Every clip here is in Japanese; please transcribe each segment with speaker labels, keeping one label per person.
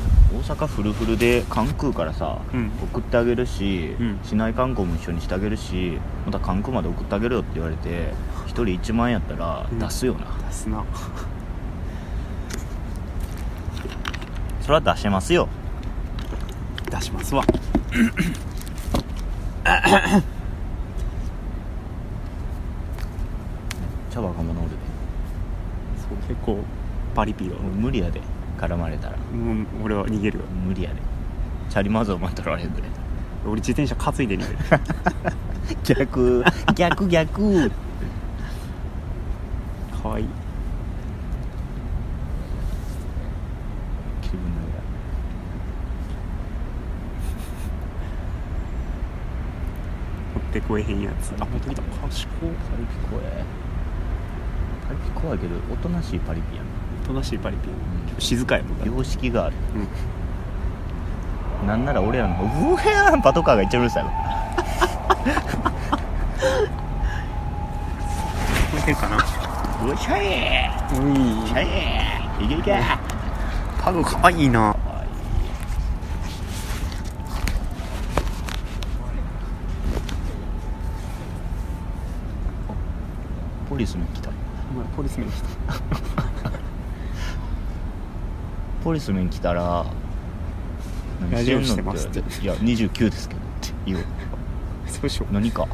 Speaker 1: 大阪フルフルで関空からさ、
Speaker 2: うん
Speaker 1: 送ってあげるし、
Speaker 2: うん
Speaker 1: 市内観光も一緒にしてあげるしまた関空まで送ってあげるよって言われて1人1万円やったら
Speaker 2: うん
Speaker 1: 出すよな、
Speaker 2: 出すな
Speaker 1: それは出せますよ
Speaker 2: 出しますわ
Speaker 1: 茶若者おるで
Speaker 2: そう結構パリピよ、
Speaker 1: 俺無理やで絡まれたら
Speaker 2: もう俺は逃げるよ
Speaker 1: 無理やでチャリマゾーマ取られんで
Speaker 2: 俺自転車担いで 逃げる
Speaker 1: 逆逆逆
Speaker 2: かわいい
Speaker 1: 気分の上
Speaker 2: 持ってこえへんやつあ持ってきた賢い
Speaker 1: パリピ怖えパリピ怖いけどおとなしいパリピやな
Speaker 2: おとなしいパリピやな、
Speaker 1: うん
Speaker 2: 結構静かやもんだって
Speaker 1: 様式がある
Speaker 2: うん
Speaker 1: なんなら俺らの方うへーんパトカーが一番うるさいわ
Speaker 2: 聞こえてるかな
Speaker 1: うひゃえ
Speaker 2: う
Speaker 1: ーひゃえーいけいけ
Speaker 2: パグかわいいな
Speaker 1: ポリスメン来た
Speaker 2: お前ポリスメン来た
Speaker 1: ポリスメン来たら
Speaker 2: ラジオして
Speaker 1: 何
Speaker 2: ますって
Speaker 1: んのいや29ですけどって言おう
Speaker 2: そうしよう
Speaker 1: 何 か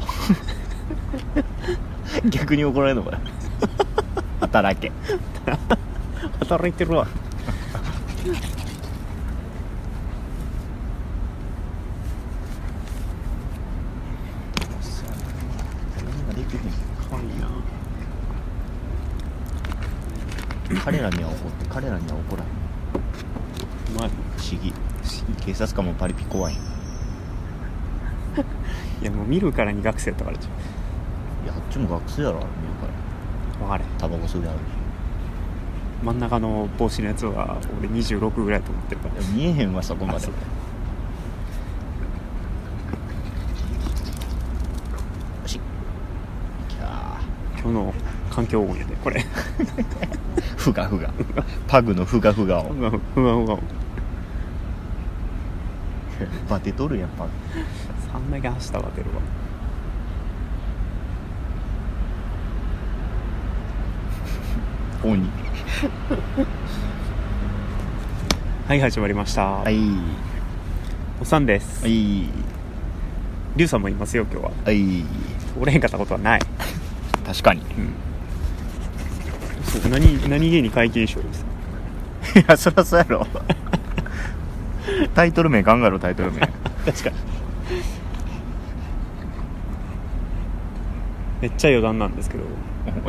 Speaker 1: 逆に怒られるのかな働け
Speaker 2: 働いてるわかわいいな
Speaker 1: 彼らには怒って彼らには怒らん
Speaker 2: お前
Speaker 1: 不思議警察官もパリピ怖いん
Speaker 2: いやもう見るからに学生やったからじゃ
Speaker 1: いやあっちも学生やろあれ見るから
Speaker 2: んわかれへん
Speaker 1: タバコ吸うやろう
Speaker 2: 真ん中の帽子のやつは俺26ぐらいと思ってるから
Speaker 1: しいや見えへんわそこま
Speaker 2: あ
Speaker 1: で
Speaker 2: そう
Speaker 1: よしきゃ
Speaker 2: 今日の環境音やで これ
Speaker 1: ーふがふがパグのふがふがを
Speaker 2: うわうわうわ
Speaker 1: バテとるやんパグ
Speaker 2: 3だけ走ったわ出るわ
Speaker 1: 鬼
Speaker 2: はい始まりました、
Speaker 1: はい
Speaker 2: おさんです、
Speaker 1: は
Speaker 2: りゅ
Speaker 1: いう
Speaker 2: さんもいますよ今日は
Speaker 1: はい
Speaker 2: おれへんかったことはない、
Speaker 1: 確かにい
Speaker 2: そう何何気に皆勤賞です
Speaker 1: やそりゃそうやろタイトル名考えろタイトル名
Speaker 2: 確かにめっちゃ余談なんですけど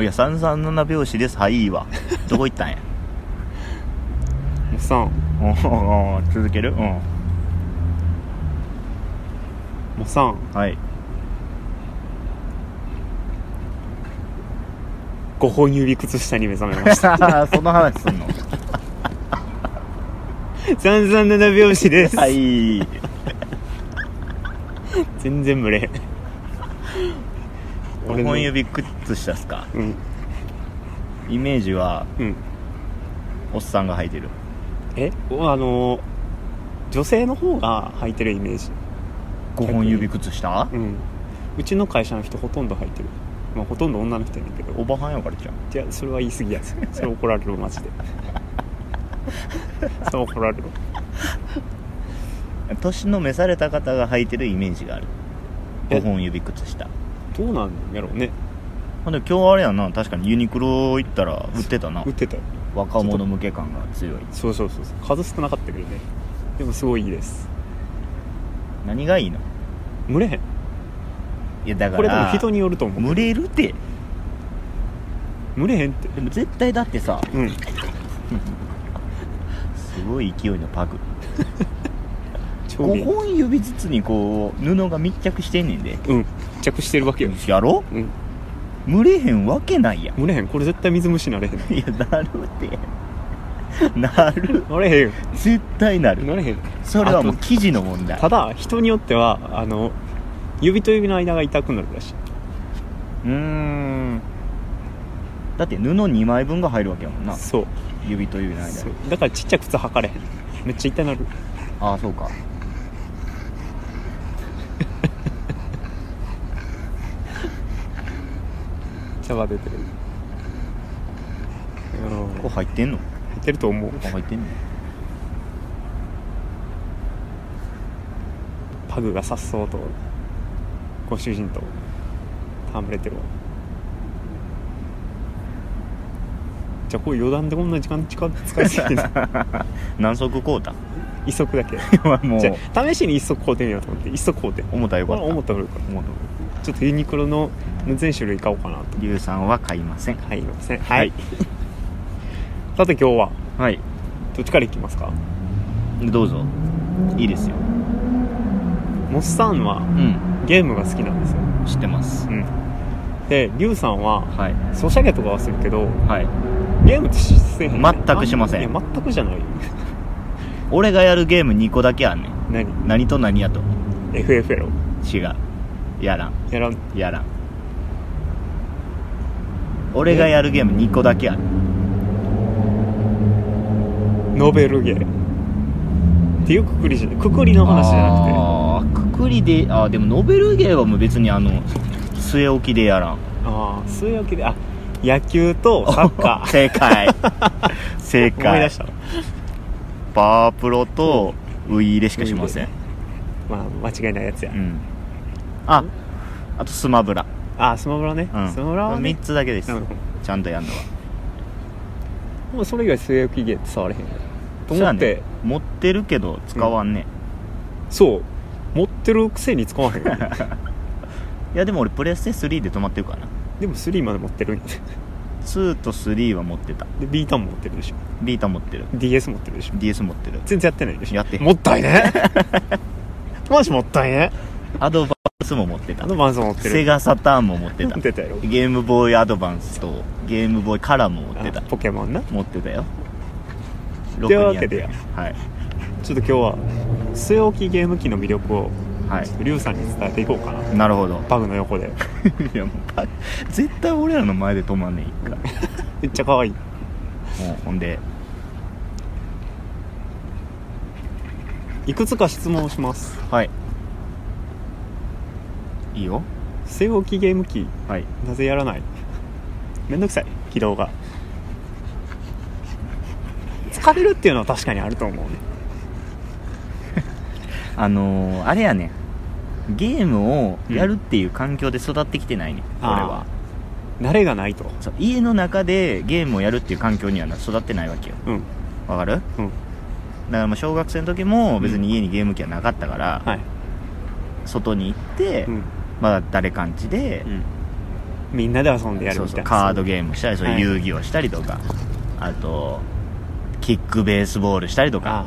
Speaker 1: いや337拍子ですはいいいわどこ行ったんや
Speaker 2: おっさん
Speaker 1: おー おー続けるうん
Speaker 2: おっさん
Speaker 1: はい
Speaker 2: 5本指靴下に目覚めました
Speaker 1: その話すんの
Speaker 2: 三三七拍子です、
Speaker 1: はい
Speaker 2: 全然無礼
Speaker 1: 5本指靴下っすか
Speaker 2: うん
Speaker 1: イメージは
Speaker 2: うん
Speaker 1: おっさんが履いてる
Speaker 2: えおあの女性の方が履いてるイメージ
Speaker 1: 5本指靴下
Speaker 2: うんうちの会社の人ほとんど履いてるまあほとんど女の人やねんけど
Speaker 1: おばはんやからじゃん
Speaker 2: いやそれは言い過ぎやそれそれ怒られるマジ でそれ怒られる
Speaker 1: 年の召された方が履いてるイメージがある
Speaker 2: え
Speaker 1: 5本指靴下
Speaker 2: どうなんやろうね
Speaker 1: ほんで今日あれやな確かにユニクロ行ったら売ってたな
Speaker 2: 売ってたよ
Speaker 1: 若者向け感が強い
Speaker 2: そうそうそうそう数少なかったけどねでもすごいいいです
Speaker 1: 何がいいの
Speaker 2: 蒸れへん
Speaker 1: いやだから
Speaker 2: これでも人によると思う
Speaker 1: 群れるって
Speaker 2: 蒸れへんって
Speaker 1: でも絶対だってさ
Speaker 2: うん
Speaker 1: すごい勢いのパグ
Speaker 2: 超
Speaker 1: 5
Speaker 2: 便利
Speaker 1: 本指ずつにこう布が密着してんねんで
Speaker 2: うん付着してるわけよ
Speaker 1: やろ
Speaker 2: うん
Speaker 1: 蒸れへんわけないやん
Speaker 2: 蒸れへんこれ絶対水虫なれへん
Speaker 1: いやなるってなる
Speaker 2: なれへん
Speaker 1: 絶対なる
Speaker 2: なれへん
Speaker 1: それはも
Speaker 2: あ
Speaker 1: う
Speaker 2: と
Speaker 1: 生地の問題
Speaker 2: ただ人によってはあの指と指の間が痛くなるらしいう
Speaker 1: ーんだって布2枚分が入るわけやもんな
Speaker 2: そう
Speaker 1: 指と指の間
Speaker 2: そ
Speaker 1: に
Speaker 2: うだからちっちゃい靴履かれへんめっちゃ痛なる
Speaker 1: ああそうか
Speaker 2: 茶葉出てるうん
Speaker 1: ここ入ってんの
Speaker 2: 入ってると思う
Speaker 1: ここ入って んの
Speaker 2: パグが颯爽とご主人と戯れてるわじゃあこう余談でこんな時間使使いすぎて
Speaker 1: 何足買うた
Speaker 2: 一足だけ
Speaker 1: もう
Speaker 2: じゃあ試しに一足買うてみようと思って一足買うて
Speaker 1: 思ったらよか
Speaker 2: こ
Speaker 1: っ
Speaker 2: れ
Speaker 1: た
Speaker 2: 思ったよりか
Speaker 1: 思った
Speaker 2: ちょっとユニクロの全種類買おうかなと
Speaker 1: リュウさんは買いません
Speaker 2: はいませんはい、さて今日は
Speaker 1: はい
Speaker 2: どっちからいきますか
Speaker 1: どうぞいいですよ
Speaker 2: モスさんは
Speaker 1: うん
Speaker 2: ゲームが好きなんですよ、
Speaker 1: 知ってます
Speaker 2: うん、でリュウさんは
Speaker 1: はい
Speaker 2: ソシャゲとかはするけど
Speaker 1: はい
Speaker 2: ゲームってしせえへん
Speaker 1: 全くしません
Speaker 2: いや全くじゃない
Speaker 1: 俺がやるゲーム2個だけあんねん
Speaker 2: 何
Speaker 1: 何と何やと
Speaker 2: FF やろ
Speaker 1: 違うやらん
Speaker 2: やらん
Speaker 1: やらん俺がやるゲーム2個だけある
Speaker 2: ノベルゲーっていうくくりじゃないくくりの話じゃな
Speaker 1: あーくくりであーでもノベルゲーはもう別にあの据え置きでやらん
Speaker 2: くてああそういうわけであ野球とサッカ ー
Speaker 1: 正 解正解
Speaker 2: 思い出した
Speaker 1: パワープロとウイイレしかしません、
Speaker 2: まあ間違いないやつや、
Speaker 1: うん、ああとスマブラ、
Speaker 2: ああスマブラね、
Speaker 1: うん、
Speaker 2: スマブラはね
Speaker 1: 3つだけです、
Speaker 2: なるほど
Speaker 1: ちゃんとやるのは
Speaker 2: もうそれ以外据え置きゲーって触れへんよ
Speaker 1: そ
Speaker 2: と
Speaker 1: う
Speaker 2: 思
Speaker 1: や
Speaker 2: って
Speaker 1: ね、持ってるけど使わんね、
Speaker 2: そう持ってるくせに使わへんよ
Speaker 1: いやでも俺プレステ3で止まってるからな
Speaker 2: でも3まで持ってるんや
Speaker 1: 2と3は持ってた
Speaker 2: でビータン持ってるでしょ
Speaker 1: ビータ持ってる
Speaker 2: DS 持ってるでしょ
Speaker 1: DS 持ってる
Speaker 2: 全然やってないでしょ
Speaker 1: やってへん
Speaker 2: もった いねマジもったいね
Speaker 1: アドバンスも持ってた
Speaker 2: アドバンス持ってる
Speaker 1: セガサターンも持って
Speaker 2: 持
Speaker 1: た
Speaker 2: ってたよ
Speaker 1: ゲームボーイアドバンスとゲームボーイカラーも持ってた
Speaker 2: あポケモンな
Speaker 1: 持ってたよ
Speaker 2: というわけ
Speaker 1: 六人
Speaker 2: で
Speaker 1: やったはい
Speaker 2: ちょっと今日は据え置きゲーム機の魅力を
Speaker 1: は
Speaker 2: ちょっとリュウさんに伝えていこうかない
Speaker 1: なるほど
Speaker 2: バグの横で
Speaker 1: いやもうパ絶対俺らの前で止まんねん一回
Speaker 2: めっちゃ可愛い
Speaker 1: もうほんで
Speaker 2: いくつか質問をします
Speaker 1: はいいいよ
Speaker 2: 据え置きゲーム機
Speaker 1: はい
Speaker 2: なぜやらないめんどくさい起動が疲れるっていうのは確かにあると思うね
Speaker 1: あのー、あれやねんゲームをやるっていう環境で育ってきてないね、ん、俺は
Speaker 2: 慣れがないと
Speaker 1: そう家の中でゲームをやるっていう環境にはな育ってないわけよ
Speaker 2: うん
Speaker 1: わかる
Speaker 2: うん
Speaker 1: だからまあ小学生の時も別に家にゲーム機はなかったから、
Speaker 2: はい
Speaker 1: 外に行って、
Speaker 2: うん、
Speaker 1: まあ誰かんちで、
Speaker 2: みんなで遊んでやる
Speaker 1: そう
Speaker 2: み
Speaker 1: そ
Speaker 2: た
Speaker 1: う
Speaker 2: いな
Speaker 1: カードゲームしたり、そう
Speaker 2: はいいう
Speaker 1: 遊戯をしたりとかあとキックベースボールしたりとか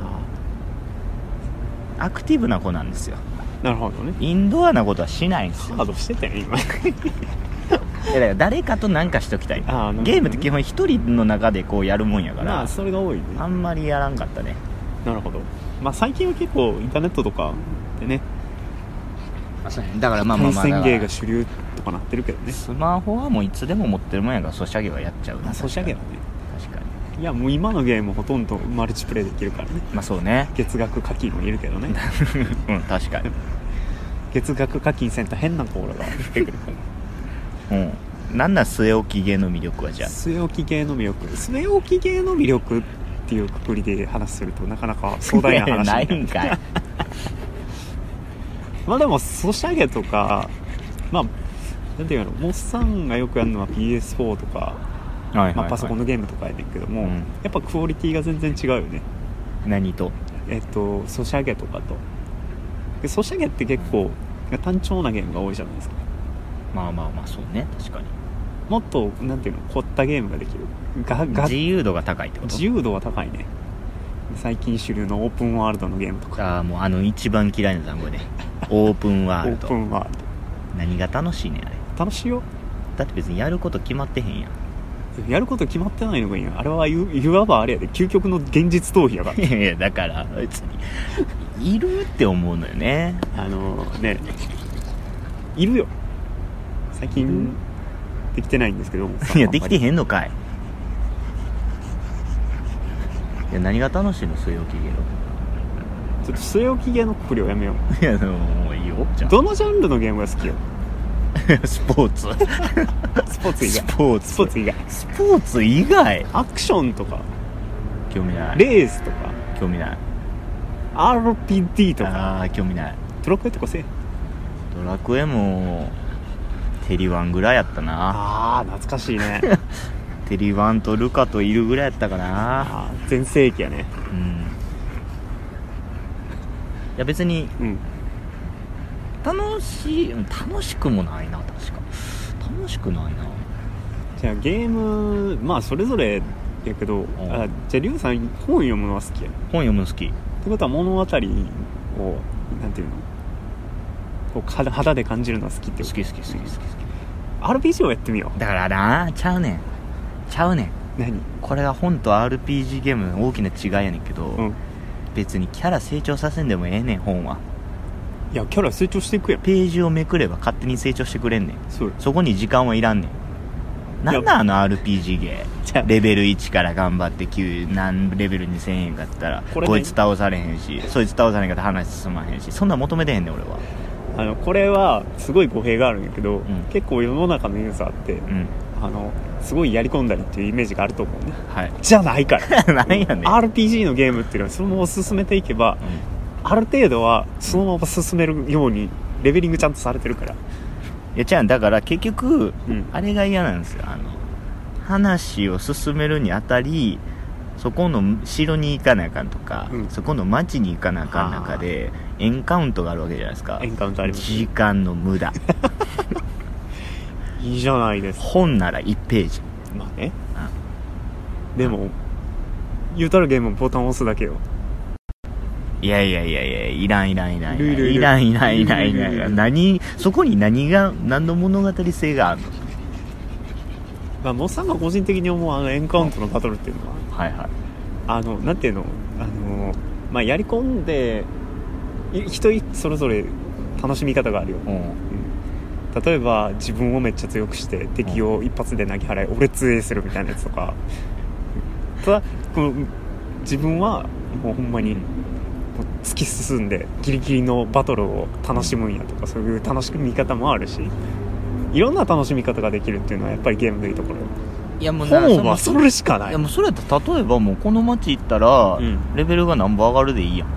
Speaker 2: あ
Speaker 1: アクティブな子なんですよ
Speaker 2: あなるほどね
Speaker 1: インドアなことはしないんです
Speaker 2: カ
Speaker 1: よ
Speaker 2: ードしてたよ今
Speaker 1: いやだから誰かと何かしときたい
Speaker 2: あーなるほどね
Speaker 1: ゲームって基本一人の中でこうやるもんやから、
Speaker 2: まあそれが多いね
Speaker 1: あんまりやらんかったね
Speaker 2: なるほどまあ最近は結構インターネットとかでね
Speaker 1: だからまあまあ
Speaker 2: 対
Speaker 1: まあだか
Speaker 2: 戦芸
Speaker 1: ら
Speaker 2: が主流とかなってるけどね
Speaker 1: スマホはもういつでも持ってるもんやからソシャゲはやっちゃうな
Speaker 2: あソシャゲだね
Speaker 1: 確かに
Speaker 2: いやもう今のゲームほとんどマルチプレイできるからね
Speaker 1: まあそうね
Speaker 2: 月額課金もいるけどね
Speaker 1: うん確かに
Speaker 2: 月額課金せんと変な子らが出てくるから
Speaker 1: うんなんなん据え置き芸の魅力はじゃあ
Speaker 2: 据え置き系の魅 力据え置き系の魅力っていうくくりで話するとなかなか壮大な 話
Speaker 1: ない
Speaker 2: になる
Speaker 1: ん かい
Speaker 2: まあでもソシャゲとかまあなんていうのモッサンがよくやるのは PS4 とか、
Speaker 1: はい
Speaker 2: まあ、パソコンのゲームとかやねんけども、
Speaker 1: うん
Speaker 2: やっぱクオリティが全然違うよね
Speaker 1: 何と
Speaker 2: えっとソシャゲとかとでソシャゲって結構単調なゲームが多いじゃないですか
Speaker 1: まあまあまあそうね確かに
Speaker 2: もっとなんていうの凝ったゲームができるがが
Speaker 1: 自由度が高いってこと
Speaker 2: 自由度は高いね最近主流のオープンワールドのゲームとか
Speaker 1: ああもうあの一番嫌いな単 語でオープン
Speaker 2: オ
Speaker 1: ワール
Speaker 2: ープ
Speaker 1: ド
Speaker 2: ンワール
Speaker 1: 何が楽しいねんあれ
Speaker 2: ド楽しいよ
Speaker 1: だって別にやること決まってへんや ん
Speaker 2: やること決まってないのがいいやんあれはいいわばあれやで究極の現実逃避やから
Speaker 1: いやいやだから別にいるって思うのよね
Speaker 2: あのねいるよ最近できてないんですけど
Speaker 1: いやできて
Speaker 2: ん
Speaker 1: へんのかいいや何が楽しいの据え置き芸は
Speaker 2: ょっと据え置きゲーの不良やめよ
Speaker 1: いやでももういいよじゃ
Speaker 2: う
Speaker 1: あ
Speaker 2: どのジャンルのゲームが好きよ
Speaker 1: スポ ーツ
Speaker 2: スポーツ以
Speaker 1: ス
Speaker 2: 外
Speaker 1: ポーツ
Speaker 2: スポーツ以外
Speaker 1: スポーツ以外
Speaker 2: アクションとか
Speaker 1: 興味ない
Speaker 2: レースとか
Speaker 1: 興味ない
Speaker 2: RPD とか
Speaker 1: ああー興味ない
Speaker 2: トラックとかせえ
Speaker 1: ドラクエもテリワンぐらいやったな
Speaker 2: ああ懐かしいね
Speaker 1: テリワンとルカといるぐらいやったかな
Speaker 2: ああ全盛期やね
Speaker 1: うんいや別に
Speaker 2: うん
Speaker 1: 楽しいうん楽しくもないな確か楽しくないな
Speaker 2: じゃあゲームまあそれぞれやけど
Speaker 1: ん
Speaker 2: あじゃあリュウさん本読むのは好きや
Speaker 1: 本読むの好き
Speaker 2: ってことは物語をなんていうのこうか肌で感じるのは好きって
Speaker 1: 好
Speaker 2: こ
Speaker 1: き
Speaker 2: と
Speaker 1: 好き好き好き好き
Speaker 2: RPG をやってみよ
Speaker 1: だからなちゃうねんちゃうねん
Speaker 2: う何
Speaker 1: これが本と RPG ゲームの大きな違いやねんけど、
Speaker 2: うん
Speaker 1: 別にキャラ成長させんでもええねん本はい
Speaker 2: やキャラ成長していくやん
Speaker 1: ページをめくれば勝手に成長してくれんねん
Speaker 2: そう
Speaker 1: そこに時間はいらんねんなんだあの RPG ゲ
Speaker 2: じゃ
Speaker 1: ーレベル1から頑張って9何レベルにせえへんかったら
Speaker 2: これね
Speaker 1: こいつ倒されへんしそいつ倒されへんかったら話進まへんしそんなん求めてへんねん俺は
Speaker 2: あのこれはすごい語弊があるんやけど、
Speaker 1: ん
Speaker 2: 結構世の中のニュースあって、
Speaker 1: うん
Speaker 2: あのすごいやり込んだりっていうイメージがあると思うね
Speaker 1: はい
Speaker 2: じゃない か
Speaker 1: な
Speaker 2: ら
Speaker 1: んやねん、うん
Speaker 2: RPG のゲームっていうのはそのまま進めていけばある程度はそのまま進めるようにレベリングちゃんとされてるから
Speaker 1: いやちゃんだから結局、
Speaker 2: うん
Speaker 1: あれが嫌なんですよあの話を進めるにあたりそこの城に行かなあかんとか、
Speaker 2: うん
Speaker 1: そこの町に行かなあかん中でエンカウントがあるわけじゃないですか
Speaker 2: エンカウントあります
Speaker 1: 時間の無駄
Speaker 2: いいじゃないですか
Speaker 1: 本なら1ページ
Speaker 2: まあね、でも言うたらゲームボタン押すだけよ
Speaker 1: いやいやいやいやいらんいらんいらん
Speaker 2: いるいるいる
Speaker 1: いらんいらんいらんいらんい
Speaker 2: いるいるい
Speaker 1: ら
Speaker 2: る
Speaker 1: ん何そこに何が何の物語性があるの
Speaker 2: まあモッサンが個人的に思うあのエンカウントのバトルっていうのは
Speaker 1: はいはい
Speaker 2: あのなんていうのあのまあやり込んでい人それぞれ楽しみ方があるよ、
Speaker 1: うん
Speaker 2: うん例えば自分をめっちゃ強くして敵を一発で投げ払い俺強えするみたいなやつとかただこの自分はもうほんまにもう突き進んでギリギリのバトルを楽しむんやとかそういう楽しみ方もあるしいろんな楽しみ方ができるっていうのはやっぱりゲームのいいところよ
Speaker 1: いやもうな
Speaker 2: 本はそれしかないい
Speaker 1: やもうそれやったら例えばもうこの町行ったら、
Speaker 2: うん
Speaker 1: レベルが何ぼ上がるでいいやん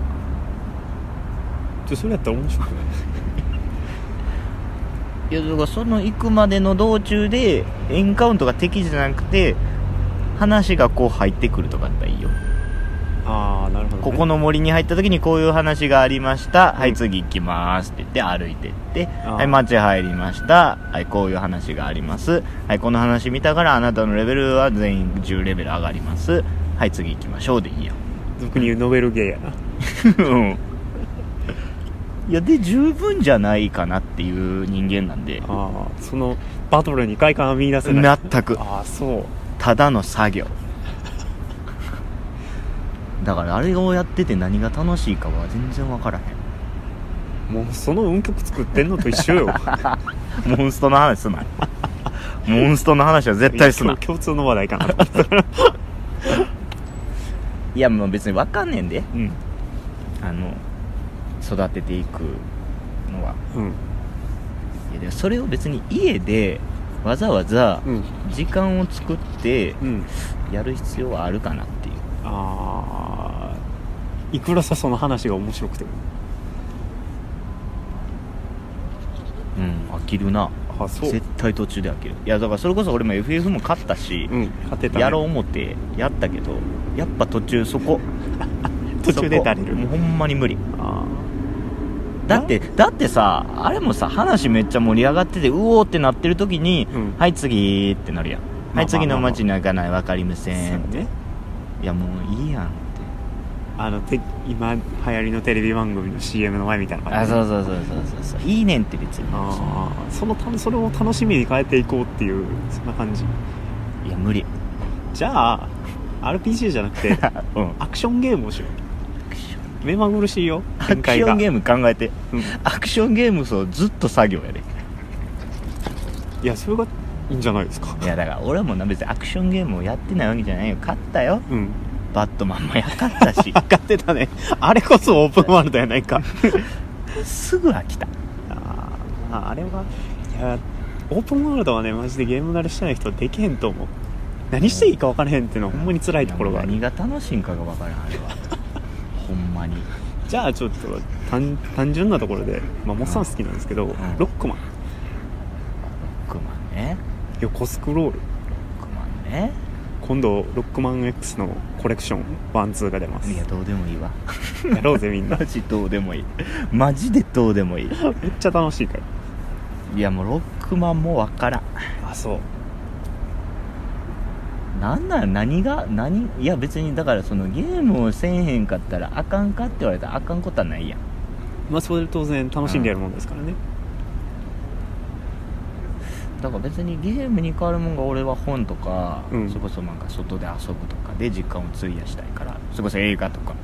Speaker 2: ちょそれやったら面白くない
Speaker 1: いやだからその行くまでの道中でエンカウントが敵じゃなくて話がこう入ってくるとかだったらいいよ
Speaker 2: ああなるほど、ね、
Speaker 1: ここの森に入った時にこういう話がありました、
Speaker 2: ん
Speaker 1: はい次行きますって言って歩いてって
Speaker 2: あー
Speaker 1: はい街入りましたはいこういう話がありますはいこの話見たからあなたのレベルは全員10レベル上がりますはい次行きましょうでいいやん
Speaker 2: 俗に言うノベルゲーやな
Speaker 1: うん いやで十分じゃないかなっていう人間なんで
Speaker 2: ああそのバトルに快感は見出せない
Speaker 1: 全く
Speaker 2: ああそう
Speaker 1: ただの作業だからあれをやってて何が楽しいかは全然分からへ
Speaker 2: もうその運曲作ってんのと一緒
Speaker 1: ん
Speaker 2: よ
Speaker 1: モンストの話すなモンストの話は絶対すな
Speaker 2: 共共通の話題かなと思 ったから
Speaker 1: いやもう別に分かんねんで
Speaker 2: うん
Speaker 1: あの育てていくのは
Speaker 2: うん
Speaker 1: いやでもそれを別に家でわざわざ
Speaker 2: うん
Speaker 1: 時間を作って
Speaker 2: うん
Speaker 1: やる必要はあるかなっていう
Speaker 2: ああいくらさその話が面白くても
Speaker 1: うん飽きるな
Speaker 2: ああそう
Speaker 1: 絶対途中で飽きるいやだからそれこそ俺も FF も勝ったし、
Speaker 2: うん勝てた、ね、
Speaker 1: やろう思ってやったけどやっぱ途中そ こ
Speaker 2: 途中で
Speaker 1: そこ
Speaker 2: 足りる
Speaker 1: もうほんまに無理
Speaker 2: あ
Speaker 1: だってだってさあれもさ話めっちゃ盛り上がっててうおーってなってる時に、
Speaker 2: うん
Speaker 1: はい次ってなるやん、
Speaker 2: まあまあま
Speaker 1: は
Speaker 2: あ
Speaker 1: い次の街には行かない分かりま
Speaker 2: あ
Speaker 1: せん
Speaker 2: そうね
Speaker 1: いやもういいやんって
Speaker 2: あのて今流行りのテレビ番組の CM の前みたいな感じ
Speaker 1: あそうそうそうそうそうそういいねんって別に
Speaker 2: ああそのたそれを楽しみに変えていこうっていうそんな感じ
Speaker 1: いや無理
Speaker 2: じゃあ RPG じゃなく て
Speaker 1: うん
Speaker 2: アクションゲームをしよ
Speaker 1: アクション
Speaker 2: う目まぐるしいよ
Speaker 1: アクションゲーム考えて
Speaker 2: うん
Speaker 1: アクションゲームそうずっと作業やで
Speaker 2: いやそれがいいんじゃないですか
Speaker 1: いやだから俺はもうな別にアクションゲームをやってないわけじゃないよ勝ったよ
Speaker 2: うん
Speaker 1: バットマンもやかったし
Speaker 2: 買ってたねあれこそオープンワールドやないか
Speaker 1: すぐ飽きた
Speaker 2: あーまああれはいやオープンワールドはねマジでゲーム慣れしてない人できへんと思う何していいか分からへんっていうのはほんまに辛いところがある
Speaker 1: 何が楽しいんかがわからん あれはほんまに
Speaker 2: じゃあちょっと単単純なところで、まあ、モッサン好きなんですけど、
Speaker 1: ん
Speaker 2: ロックマン
Speaker 1: クマンね
Speaker 2: 横スクロール
Speaker 1: クマンね
Speaker 2: 今度ロックマン X のコレクション12が出ます
Speaker 1: いやどうでもいいわ
Speaker 2: やろうぜみんな
Speaker 1: マ
Speaker 2: めっ
Speaker 1: ジどうでもいいマジでどうでもいい
Speaker 2: ちゃ楽しいから
Speaker 1: いやもうロックマンもわからん
Speaker 2: あそう
Speaker 1: なんなん何が何いや別にだからそのゲームをせえへんかったらあかんかって言われたらあかんことはないやん
Speaker 2: まあそれで当然楽しんでやるもんですからね、
Speaker 1: だから別にゲームに変わるもんが俺は本とか、
Speaker 2: うん
Speaker 1: それこそなんか外で遊ぶとかで時間を費やしたいからそれこそ映画とか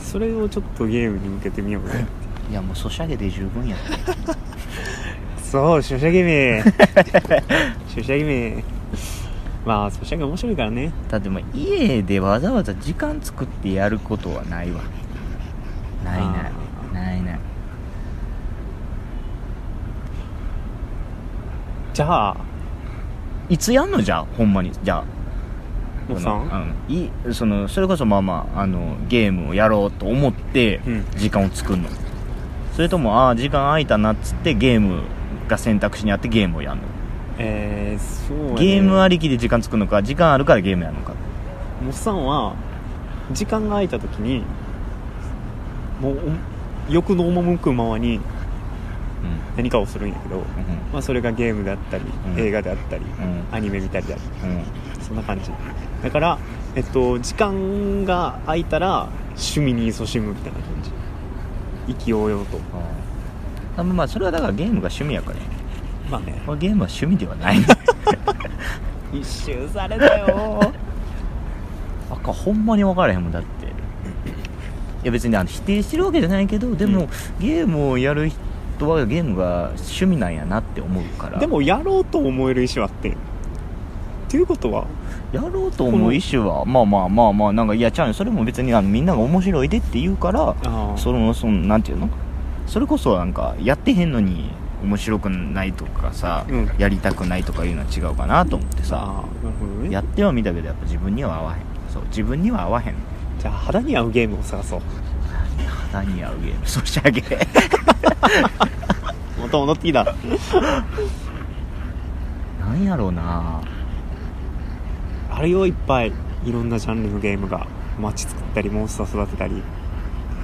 Speaker 2: それをちょっとゲームに向けてみよう ぜ
Speaker 1: いやもうソシャゲで十分やって
Speaker 2: そう書写 ゲーム書写ゲームまあ書写ゲーム面白いからね
Speaker 1: だってもう家でわざわざ時間作ってやることはないわないな
Speaker 2: あ
Speaker 1: いないない
Speaker 2: じゃあ
Speaker 1: いつやんのじゃあほんまにじゃあ
Speaker 2: モッ
Speaker 1: そ
Speaker 2: サ
Speaker 1: の
Speaker 2: ン
Speaker 1: うんいそのそれこそまあまああのゲームをやろうと思って
Speaker 2: うん
Speaker 1: 時間を作るの、それともああ時間空いたなっつってゲームが選択肢にあってゲームをやるの、
Speaker 2: えー、そうやね
Speaker 1: ゲームありきで時間作るのか時間あるからゲームやるのか
Speaker 2: モッサンは時間が空いた時にもうお欲の赴くままに
Speaker 1: う
Speaker 2: 何かをするんやけど、
Speaker 1: ん
Speaker 2: まあ、それがゲームであったり、
Speaker 1: ん
Speaker 2: 映画であったり、
Speaker 1: ん
Speaker 2: アニメ見たりだった
Speaker 1: うんうん
Speaker 2: りそんな感じだから、えっと、時間が空いたら趣味に勤しむみたいな感じ意気揚々と
Speaker 1: あまあそれはだからゲームが趣味やからね
Speaker 2: まあね
Speaker 1: これゲームは趣味ではない
Speaker 2: 一周されたよ
Speaker 1: あかんほんまに分からへんもんだっていや別にあの否定してるわけじゃないけどでも、
Speaker 2: うん
Speaker 1: ゲームをやる人はゲームが趣味なんやなって思うから
Speaker 2: でもやろうと思える意思はあってっていうことは
Speaker 1: やろうと思う意思はまあまあまあまあなんかいやちゃうよそれも別にあのみんなが面白いでって言うから
Speaker 2: あ
Speaker 1: そのそのなんていうのそれこそなんかやってへんのに面白くないとかさ、
Speaker 2: うん
Speaker 1: やりたくないとかいうのは違うかなと思ってさ
Speaker 2: あーなるほどね
Speaker 1: やってはみたけどやっぱ自分には合わへんそう自分には合わへん
Speaker 2: じゃあ肌に合うゲームを探そう
Speaker 1: 肌に合うゲームソシャゲ
Speaker 2: また戻ってきた
Speaker 1: なんやろうな
Speaker 2: あれをいっぱいいろんなジャンルのゲームが街作ったりモンスター育てたり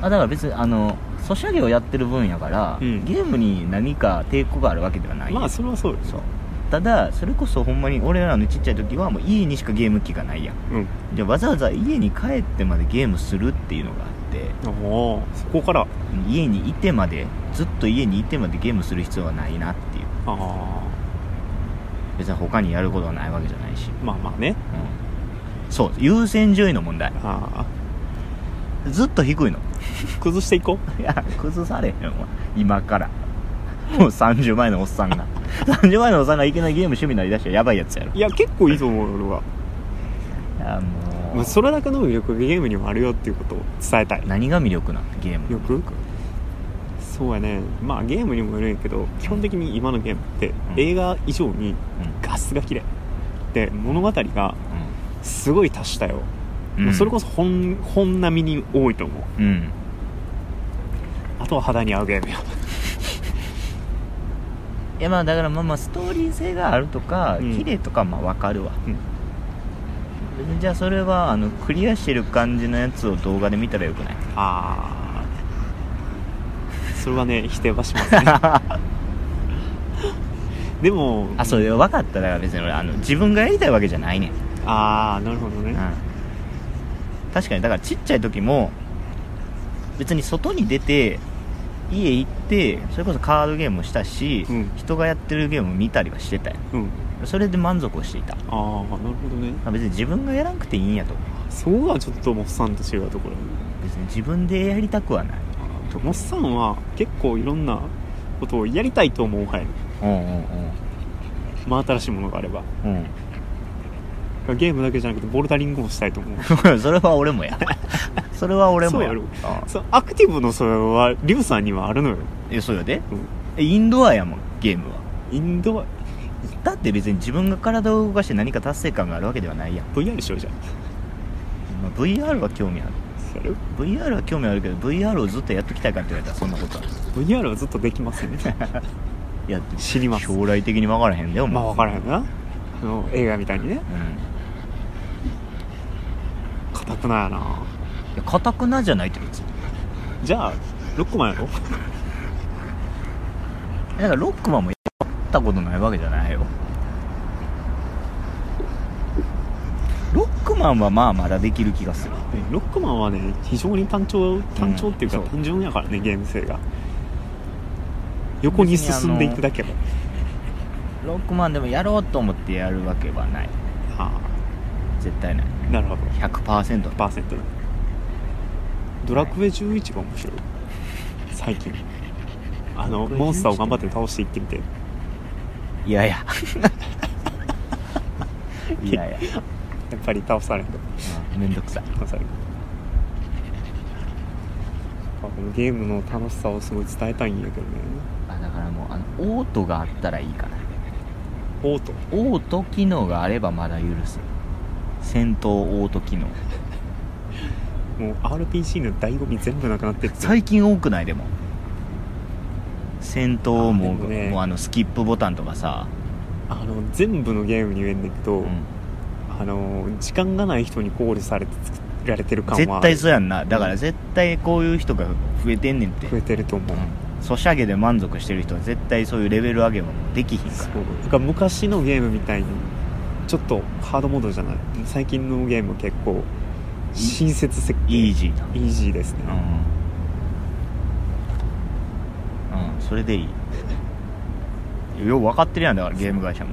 Speaker 1: あだから別にあのソシャゲをやってる分やから、
Speaker 2: うん
Speaker 1: ゲームに何か抵抗があるわけではない
Speaker 2: まあそれはそうよ
Speaker 1: そうただそれこそほんまに俺らのちっちゃい時はもう家にしかゲーム機がないやん
Speaker 2: うん
Speaker 1: でわざわざ家に帰ってまでゲームするっていうのがあって
Speaker 2: おーそこから
Speaker 1: 家にいてまでずっと家にいてまでゲームする必要はないなっていう
Speaker 2: ああ
Speaker 1: 別に他にやることはないわけじゃないし、
Speaker 2: まあまあね
Speaker 1: うん、そう優先順位の問題
Speaker 2: あ
Speaker 1: ずっと低いの
Speaker 2: あ崩していこ
Speaker 1: いや崩されへんわ今からもう30前のおっさんが30前のおっさんがいきなりゲーム趣味になりだしたらやばいやつやろ
Speaker 2: ういや結構いいと思うよ俺は、
Speaker 1: いやもう、
Speaker 2: まあ、それだけの魅力がゲームにもあるよっていうことを伝えたい
Speaker 1: 何が魅力なんゲーム
Speaker 2: 魅力そうやねまあゲームにもよるんやけど基本的に今のゲームって
Speaker 1: ん
Speaker 2: 映画以上に
Speaker 1: うん
Speaker 2: 画質が綺麗で物語がすごい達した
Speaker 1: う
Speaker 2: よ、
Speaker 1: ん
Speaker 2: もうそれこ
Speaker 1: そ
Speaker 2: そ本本並みに多いと思う
Speaker 1: うん
Speaker 2: あとは肌に合うゲー ムや
Speaker 1: いやまあだからまあまあストーリー性があるとか、
Speaker 2: うん
Speaker 1: 綺麗とかはまあわかるわ、
Speaker 2: うん
Speaker 1: 別にじゃあそれはあのクリアしてる感じのやつを動画で見たらよくない
Speaker 2: あーそれはね否定はします ねでも
Speaker 1: あそれ分かっただから別に俺あの自分がやりたいわけじゃないねん、
Speaker 2: ああなるほどね
Speaker 1: うん、確かにだからちっちゃい時も別に外に出て家行ってそれこそカードゲームもしたし、
Speaker 2: うん
Speaker 1: 人がやってるゲーム見たりはしてたよ
Speaker 2: うん
Speaker 1: それで満足をしていた
Speaker 2: ああなるほどね
Speaker 1: まあ別に自分がやらなくていいんやと思う
Speaker 2: そこがちょっとモッサンと違うところ
Speaker 1: 別に自分でやりたくはない
Speaker 2: モッサンは結構いろんなことをやりたいと思う派やね
Speaker 1: うんうん
Speaker 2: 真新しいものがあれば
Speaker 1: うんうん
Speaker 2: ゲームだけじゃなくてボルダリングもしたいと思 う
Speaker 1: それは俺もやそれは俺もや
Speaker 2: そうやろ
Speaker 1: あ
Speaker 2: そうアクティブのそれはリュウさんにはあるのよ、
Speaker 1: えそうやで
Speaker 2: う
Speaker 1: えインドアやもんゲームは
Speaker 2: ん、インドは
Speaker 1: だって別に自分が体を動かして何か達成感があるわけではないやん、
Speaker 2: VR しようじゃん
Speaker 1: まあ VR は興味ある
Speaker 2: そうやろ
Speaker 1: VR は興味あるけど VR をずっとやっときたいかって言われたらそんなことは
Speaker 2: VR はずっとできませんね
Speaker 1: いやって
Speaker 2: 死にます
Speaker 1: 将来的に分からへんでお
Speaker 2: ま
Speaker 1: 前
Speaker 2: あ分からへんなあの映画みたいにね
Speaker 1: うん
Speaker 2: かたくなやない
Speaker 1: やかたくなじゃないって別に
Speaker 2: じゃあ6個前やろ
Speaker 1: だからロックマンもやったことないわけじゃないよロックマンはまあまだできる気がする
Speaker 2: ロックマンはね非常に単調単調っていうか、
Speaker 1: うんそう
Speaker 2: 単純やからねゲーム性が横に進んでいくだけも
Speaker 1: ロックマンでもやろうと思ってやるわけはない
Speaker 2: あ
Speaker 1: 絶対ない
Speaker 2: あなるほど
Speaker 1: 100%
Speaker 2: パーセントだドラクエ11が面白い最近あの
Speaker 1: ドラクエ11
Speaker 2: モンスターを頑張って倒していってみて
Speaker 1: いやい やいやいや
Speaker 2: やっぱり倒されへんと
Speaker 1: うんめんどくさい
Speaker 2: 倒されへんまあこのゲームの楽しさをすごい伝えたいんやけどね
Speaker 1: あだからもうあのオートがあったらいいかな
Speaker 2: オート
Speaker 1: オート機能があればまだ許す戦闘オート 機能
Speaker 2: もう RPG の醍醐味全部なくなってる
Speaker 1: 最近多くないでも戦闘も
Speaker 2: あでもね
Speaker 1: もうあのスキップボタンとかさ、
Speaker 2: あの全部のゲームに言えんねんけど、
Speaker 1: うん
Speaker 2: あの時間がない人に考慮されて作られてる感は
Speaker 1: 絶対そうやんなだから絶対こういう人が増えてんねんって
Speaker 2: 増えてると思う、
Speaker 1: ソシャゲで満足してる人は絶対そういうレベル上げもできひんか
Speaker 2: そう
Speaker 1: ら
Speaker 2: だから昔のゲームみたいにちょっとハードモードじゃない最近のゲームは結構親切設計
Speaker 1: イージーな
Speaker 2: イージーですね、
Speaker 1: うん、うん、それで いいよう分かってるやんだからゲーム会社も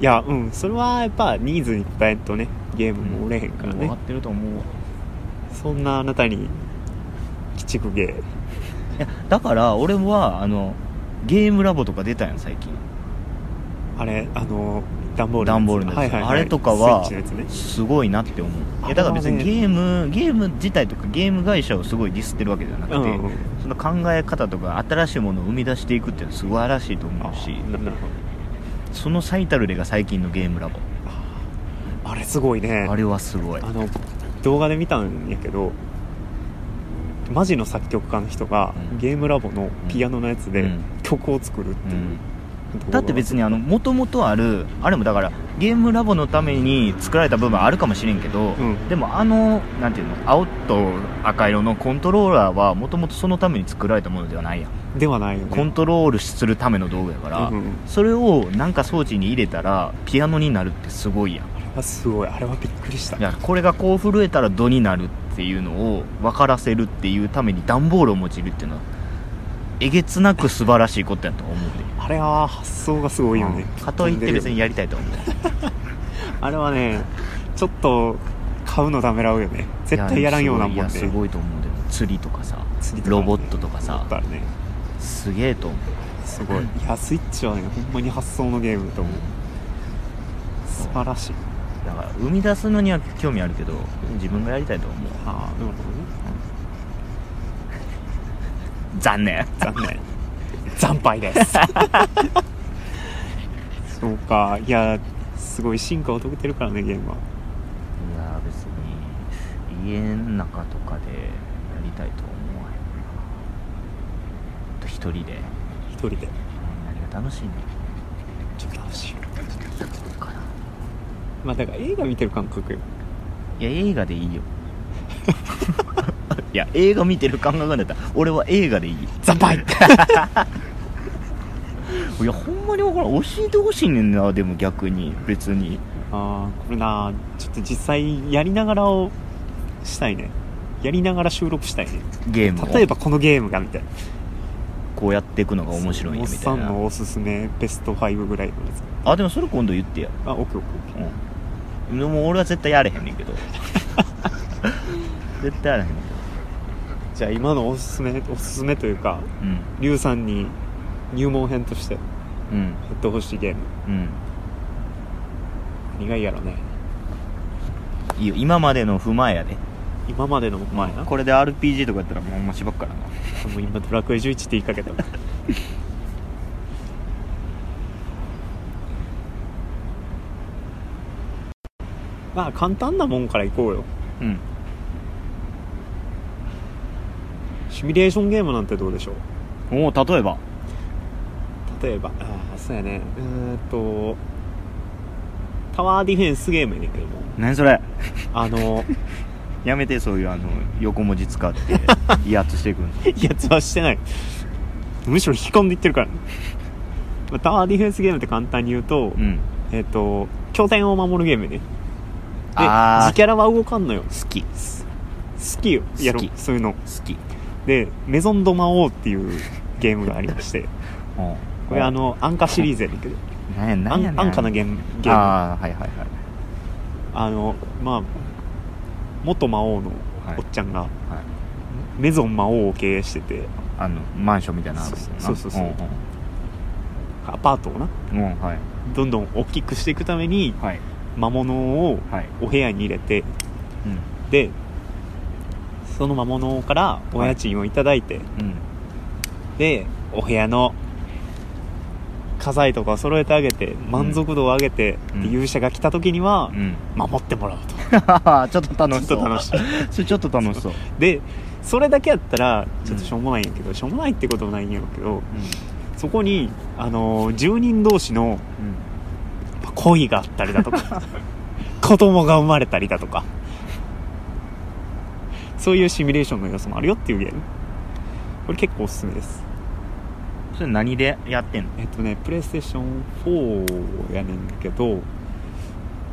Speaker 2: いやうんそれはやっぱニーズに応えんとねゲームも売れへんからね、
Speaker 1: 分かってると思うわ
Speaker 2: そんなあなたに鬼畜芸
Speaker 1: いやだから俺はあのゲームラボとか出たやん最近
Speaker 2: あれあの段ボール
Speaker 1: 段ボールのやつ
Speaker 2: はいはいい
Speaker 1: あれとかは
Speaker 2: スイッチのやつね
Speaker 1: すごいなって思ういやだから別に
Speaker 2: あれは
Speaker 1: ゲ
Speaker 2: ね
Speaker 1: ームゲーム自体とかゲーム会社をすごいディスってるわけじゃなくて、
Speaker 2: うんうん
Speaker 1: その考え方とか新しいものを生み出していくっていうのは素晴らしいと思うし
Speaker 2: ななるほど
Speaker 1: その最たる例が最近のゲームラボ
Speaker 2: あれすごいね
Speaker 1: あれはすごい
Speaker 2: あの動画で見たんやけどマジの作曲家の人が、
Speaker 1: うん
Speaker 2: ゲームラボのピアノのやつ
Speaker 1: う
Speaker 2: で
Speaker 1: ん
Speaker 2: 曲を作るっていう、
Speaker 1: だって別
Speaker 2: に
Speaker 1: にあの元々あるあれもだからゲームラボのために作られた部分はあるかもしれんけど、
Speaker 2: うん
Speaker 1: でもあのなんていうの青と赤色のコントローラーは元々そのために作られたものではないやん
Speaker 2: ではないよね
Speaker 1: コントロールするための道具やから、
Speaker 2: うんうん
Speaker 1: それをなんか装置に入れたらピアノになるってすごいやん
Speaker 2: あれはすごいあれはびっくりした
Speaker 1: いやこれがこう震えたらドになるっていうのを分からせるっていうために段ボールを用いるっていうのはえげつなく素晴らしいことやと思うで
Speaker 2: あれは発想がすごいよね、
Speaker 1: かといって別にやりたいと思う
Speaker 2: あれはねちょっと買うのためらうよね絶対やらんようなもん
Speaker 1: いやす
Speaker 2: で
Speaker 1: ごいいやすごいと思うでも釣りとかさ
Speaker 2: 釣りとか
Speaker 1: ロ
Speaker 2: ね
Speaker 1: ボットとか
Speaker 2: や
Speaker 1: さ
Speaker 2: っぱりね
Speaker 1: すげえと思う
Speaker 2: すごいいやスイッチはねほんまに発想のゲームだと思う素晴らしい
Speaker 1: だから生み出すのには興味あるけど自分がやりたいと思う
Speaker 2: ああなるほどね
Speaker 1: 残念
Speaker 2: 残念惨敗 ですそうかいやすごい進化を遂げてるからねゲームはい
Speaker 1: や別に家の中とかでやりたいと思わへんなと一人で
Speaker 2: 一人で
Speaker 1: 何が楽しいの
Speaker 2: ちょっと楽しいよ
Speaker 1: かな
Speaker 2: まあだから映画見てる感覚よ
Speaker 1: いや映画でい いよいや映画見てる感覚なんだったら俺は映画でいい
Speaker 2: 惨敗
Speaker 1: いやほんまに分からん教えてほしいねんなでも逆に別に
Speaker 2: ああこれなちょっと実際やりながらをしたいねやりながら収録したいね
Speaker 1: ゲームを
Speaker 2: 例えばこのゲームがみたいな
Speaker 1: こうやっていくのが面白いん
Speaker 2: お
Speaker 1: や
Speaker 2: っ
Speaker 1: みた
Speaker 2: さ
Speaker 1: い
Speaker 2: ん
Speaker 1: な
Speaker 2: のおすすめベスト5ぐらいのやつ
Speaker 1: あでもそれ今度言ってや、
Speaker 2: あオッケーオッケーオッケー
Speaker 1: うん、でも俺は絶対やれへんねん けど絶対やれへんねんけど
Speaker 2: じゃあ今のおすすめおすすめというか
Speaker 1: うん
Speaker 2: リュウさんに入門編としてや
Speaker 1: うん
Speaker 2: ってほしいゲーム
Speaker 1: うん
Speaker 2: 何がいいやろね
Speaker 1: いいよ今までの踏まえやで
Speaker 2: 今までの前な
Speaker 1: これで RPG とかやったらもうほんましばっからな
Speaker 2: もう今ドラクエ11って言いかけ たまあ簡単なもんからいこうよ
Speaker 1: うん
Speaker 2: シミュレーションゲームなんてどうでしょう
Speaker 1: おお例えば
Speaker 2: 例えばああそうやねうーんとタワーディフェンスゲームやねんけども
Speaker 1: 何それ
Speaker 2: あ の
Speaker 1: やめてそういうあの横文字使って威圧していくの
Speaker 2: やつはしてないむしろ引き込んでいってる からね、まあタワーディフェンスゲームって簡単に言うと、
Speaker 1: うん
Speaker 2: えっ、と拠点を守るゲームねで
Speaker 1: あー
Speaker 2: 自キャラは動かんのよ
Speaker 1: 好き好
Speaker 2: 好きよやろ
Speaker 1: 好き
Speaker 2: そういうの
Speaker 1: き
Speaker 2: でメゾン・ド・魔王っていうゲームがありまして
Speaker 1: こ
Speaker 2: これあの安価シリーズやね んけど
Speaker 1: 何や
Speaker 2: 安
Speaker 1: 何やねん
Speaker 2: 安価なゲームゲーム
Speaker 1: ああはいはいはい
Speaker 2: あのまあ元魔王のおっちゃんが、
Speaker 1: はい
Speaker 2: メゾン魔王を経営してて
Speaker 1: あのマンションみたいなのあるよな
Speaker 2: そうそうそうそうんアパートをな
Speaker 1: うんうんはい
Speaker 2: どんどん大きくしていくために
Speaker 1: はい
Speaker 2: 魔物を
Speaker 1: はい
Speaker 2: お部屋に入れて
Speaker 1: うん
Speaker 2: でその魔物からお家賃をいただいて、
Speaker 1: うん
Speaker 2: でお部屋の家財とかを揃えてあげて満足度を上げて、
Speaker 1: うん
Speaker 2: で勇者が来た時には
Speaker 1: うん
Speaker 2: 守ってもらう と、
Speaker 1: ちょっと楽し
Speaker 2: ち
Speaker 1: そ
Speaker 2: ょっ
Speaker 1: う
Speaker 2: と楽しい
Speaker 1: それちょっと楽しそう
Speaker 2: でそれだけやったらちょっとしょうもないんやけど、しょうもないってこともないんやろうけどそこに、あのー住人同士の
Speaker 1: うんうん
Speaker 2: まあ恋があったりだと か子供が生まれたりだとかそういうシミュレーションの要素もあるよっていうゲームこれ結構おすすめです
Speaker 1: それ何でやってんの
Speaker 2: えっとねプレイステーション4やねんけど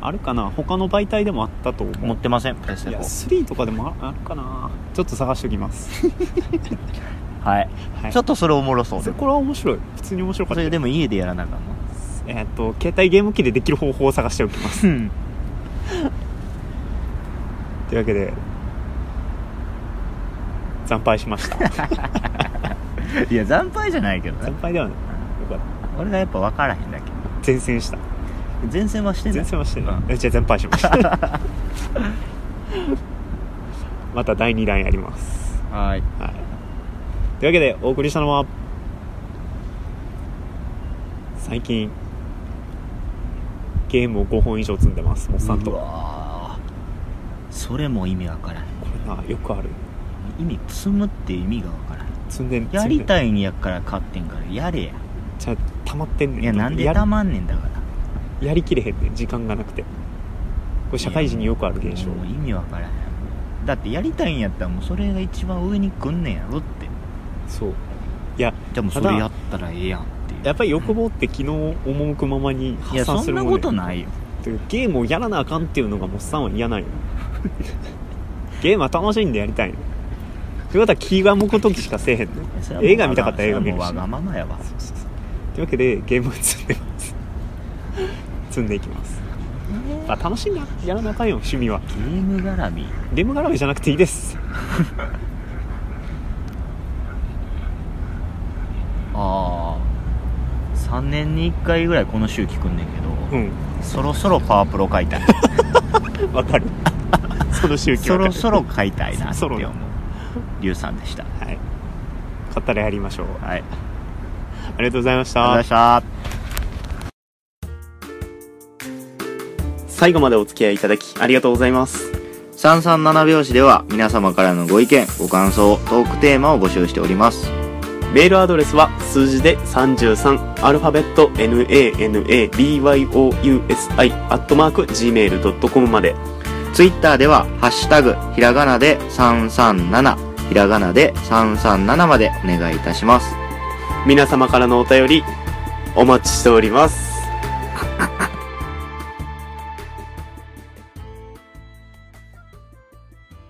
Speaker 2: あるかな他の媒体でもあったと思
Speaker 1: 持
Speaker 2: う
Speaker 1: ってませんプレス
Speaker 2: い
Speaker 1: テ
Speaker 2: や
Speaker 1: 4
Speaker 2: 3とかでもああるかなちょっと探してお きます、
Speaker 1: はい
Speaker 2: はい、
Speaker 1: ちょっとそれおもろそう
Speaker 2: そ
Speaker 1: で
Speaker 2: れ
Speaker 1: も
Speaker 2: これは面白い普通に面白か
Speaker 1: そ
Speaker 2: った
Speaker 1: れでも家でやらなあかん
Speaker 2: えっと携帯ゲーム機でできる方法を探しておきます
Speaker 1: の
Speaker 2: というわけで惨敗しまし た
Speaker 1: いや惨敗じゃないけど
Speaker 2: 惨
Speaker 1: ね
Speaker 2: 敗ではないよかった
Speaker 1: 俺がやっぱ分からへんだけ
Speaker 2: 前線した
Speaker 1: 前線はしてない
Speaker 2: 前線はしてない
Speaker 1: うん
Speaker 2: えじゃあ惨敗しました また第2弾やります、
Speaker 1: はい
Speaker 2: はい、というわけでお送りしたのは最近ゲームを5本以上積んでますモッサンと
Speaker 1: う
Speaker 2: こ
Speaker 1: わーそれも意味わからん
Speaker 2: れなよくある
Speaker 1: 意味積むって意味がわからん
Speaker 2: 積んで
Speaker 1: やり
Speaker 2: い
Speaker 1: たいんやから勝ってんからやれや
Speaker 2: じゃあ溜まってんね
Speaker 1: いやなんで
Speaker 2: やり
Speaker 1: たまんねんだから
Speaker 2: やりきれへんねん時間がなくてこれ社会人によくある現象
Speaker 1: もう意味わからんやんだってやりたいんやったらもうそれが一番上に来んねんやろって
Speaker 2: そういや
Speaker 1: じゃあもうそ
Speaker 2: た
Speaker 1: れ
Speaker 2: だ
Speaker 1: やったらええやんっていう
Speaker 2: やっぱり欲望って昨日赴くままに
Speaker 1: い
Speaker 2: 発
Speaker 1: やそ
Speaker 2: 散す
Speaker 1: ん
Speaker 2: る
Speaker 1: な
Speaker 2: もん
Speaker 1: こ
Speaker 2: ね
Speaker 1: とないよ
Speaker 2: というゲームをやらなあかんっていうのがもっさんは嫌なんよ ゲームは楽しんでやりたいのということは気が向く時しかせえへんの
Speaker 1: いやそれはもう
Speaker 2: 映画見たかったら映画見るし
Speaker 1: それはもうわがままやわ
Speaker 2: そうそうそうというわけでゲームを積んでます 積んでいきます、まあ、楽しんでやらなあかんよ趣味は
Speaker 1: ゲーム絡み
Speaker 2: ゲーム絡みじゃなくていいです
Speaker 1: ああ3年に1回ぐらいこの週聞くんねんけど、
Speaker 2: うん
Speaker 1: そろそろパワープロ買いたい
Speaker 2: わかる その宗教
Speaker 1: そ
Speaker 2: わか
Speaker 1: ろ
Speaker 2: る
Speaker 1: そろ買いたいなって
Speaker 2: そ
Speaker 1: 思う
Speaker 2: ろそろ
Speaker 1: リュウさんでしたはい
Speaker 2: はい。買ったらやりましょう。
Speaker 1: ありがとう
Speaker 2: ありがとうございまし
Speaker 1: ござい
Speaker 2: た
Speaker 1: ま。した
Speaker 2: 最後までお付き合いいただき、ありがとうございます。
Speaker 1: 337拍子では皆様からのご意見ご感想トークテーマを募集しております
Speaker 2: メールアドレスは数字で33、アルファベット nanabyousi、アットマーク gmail.com まで。
Speaker 1: Twitter では「ハッシュタグひらがなで337」ひらがなで337までお願いいたします
Speaker 2: 皆様からのお便り、お待ちしております。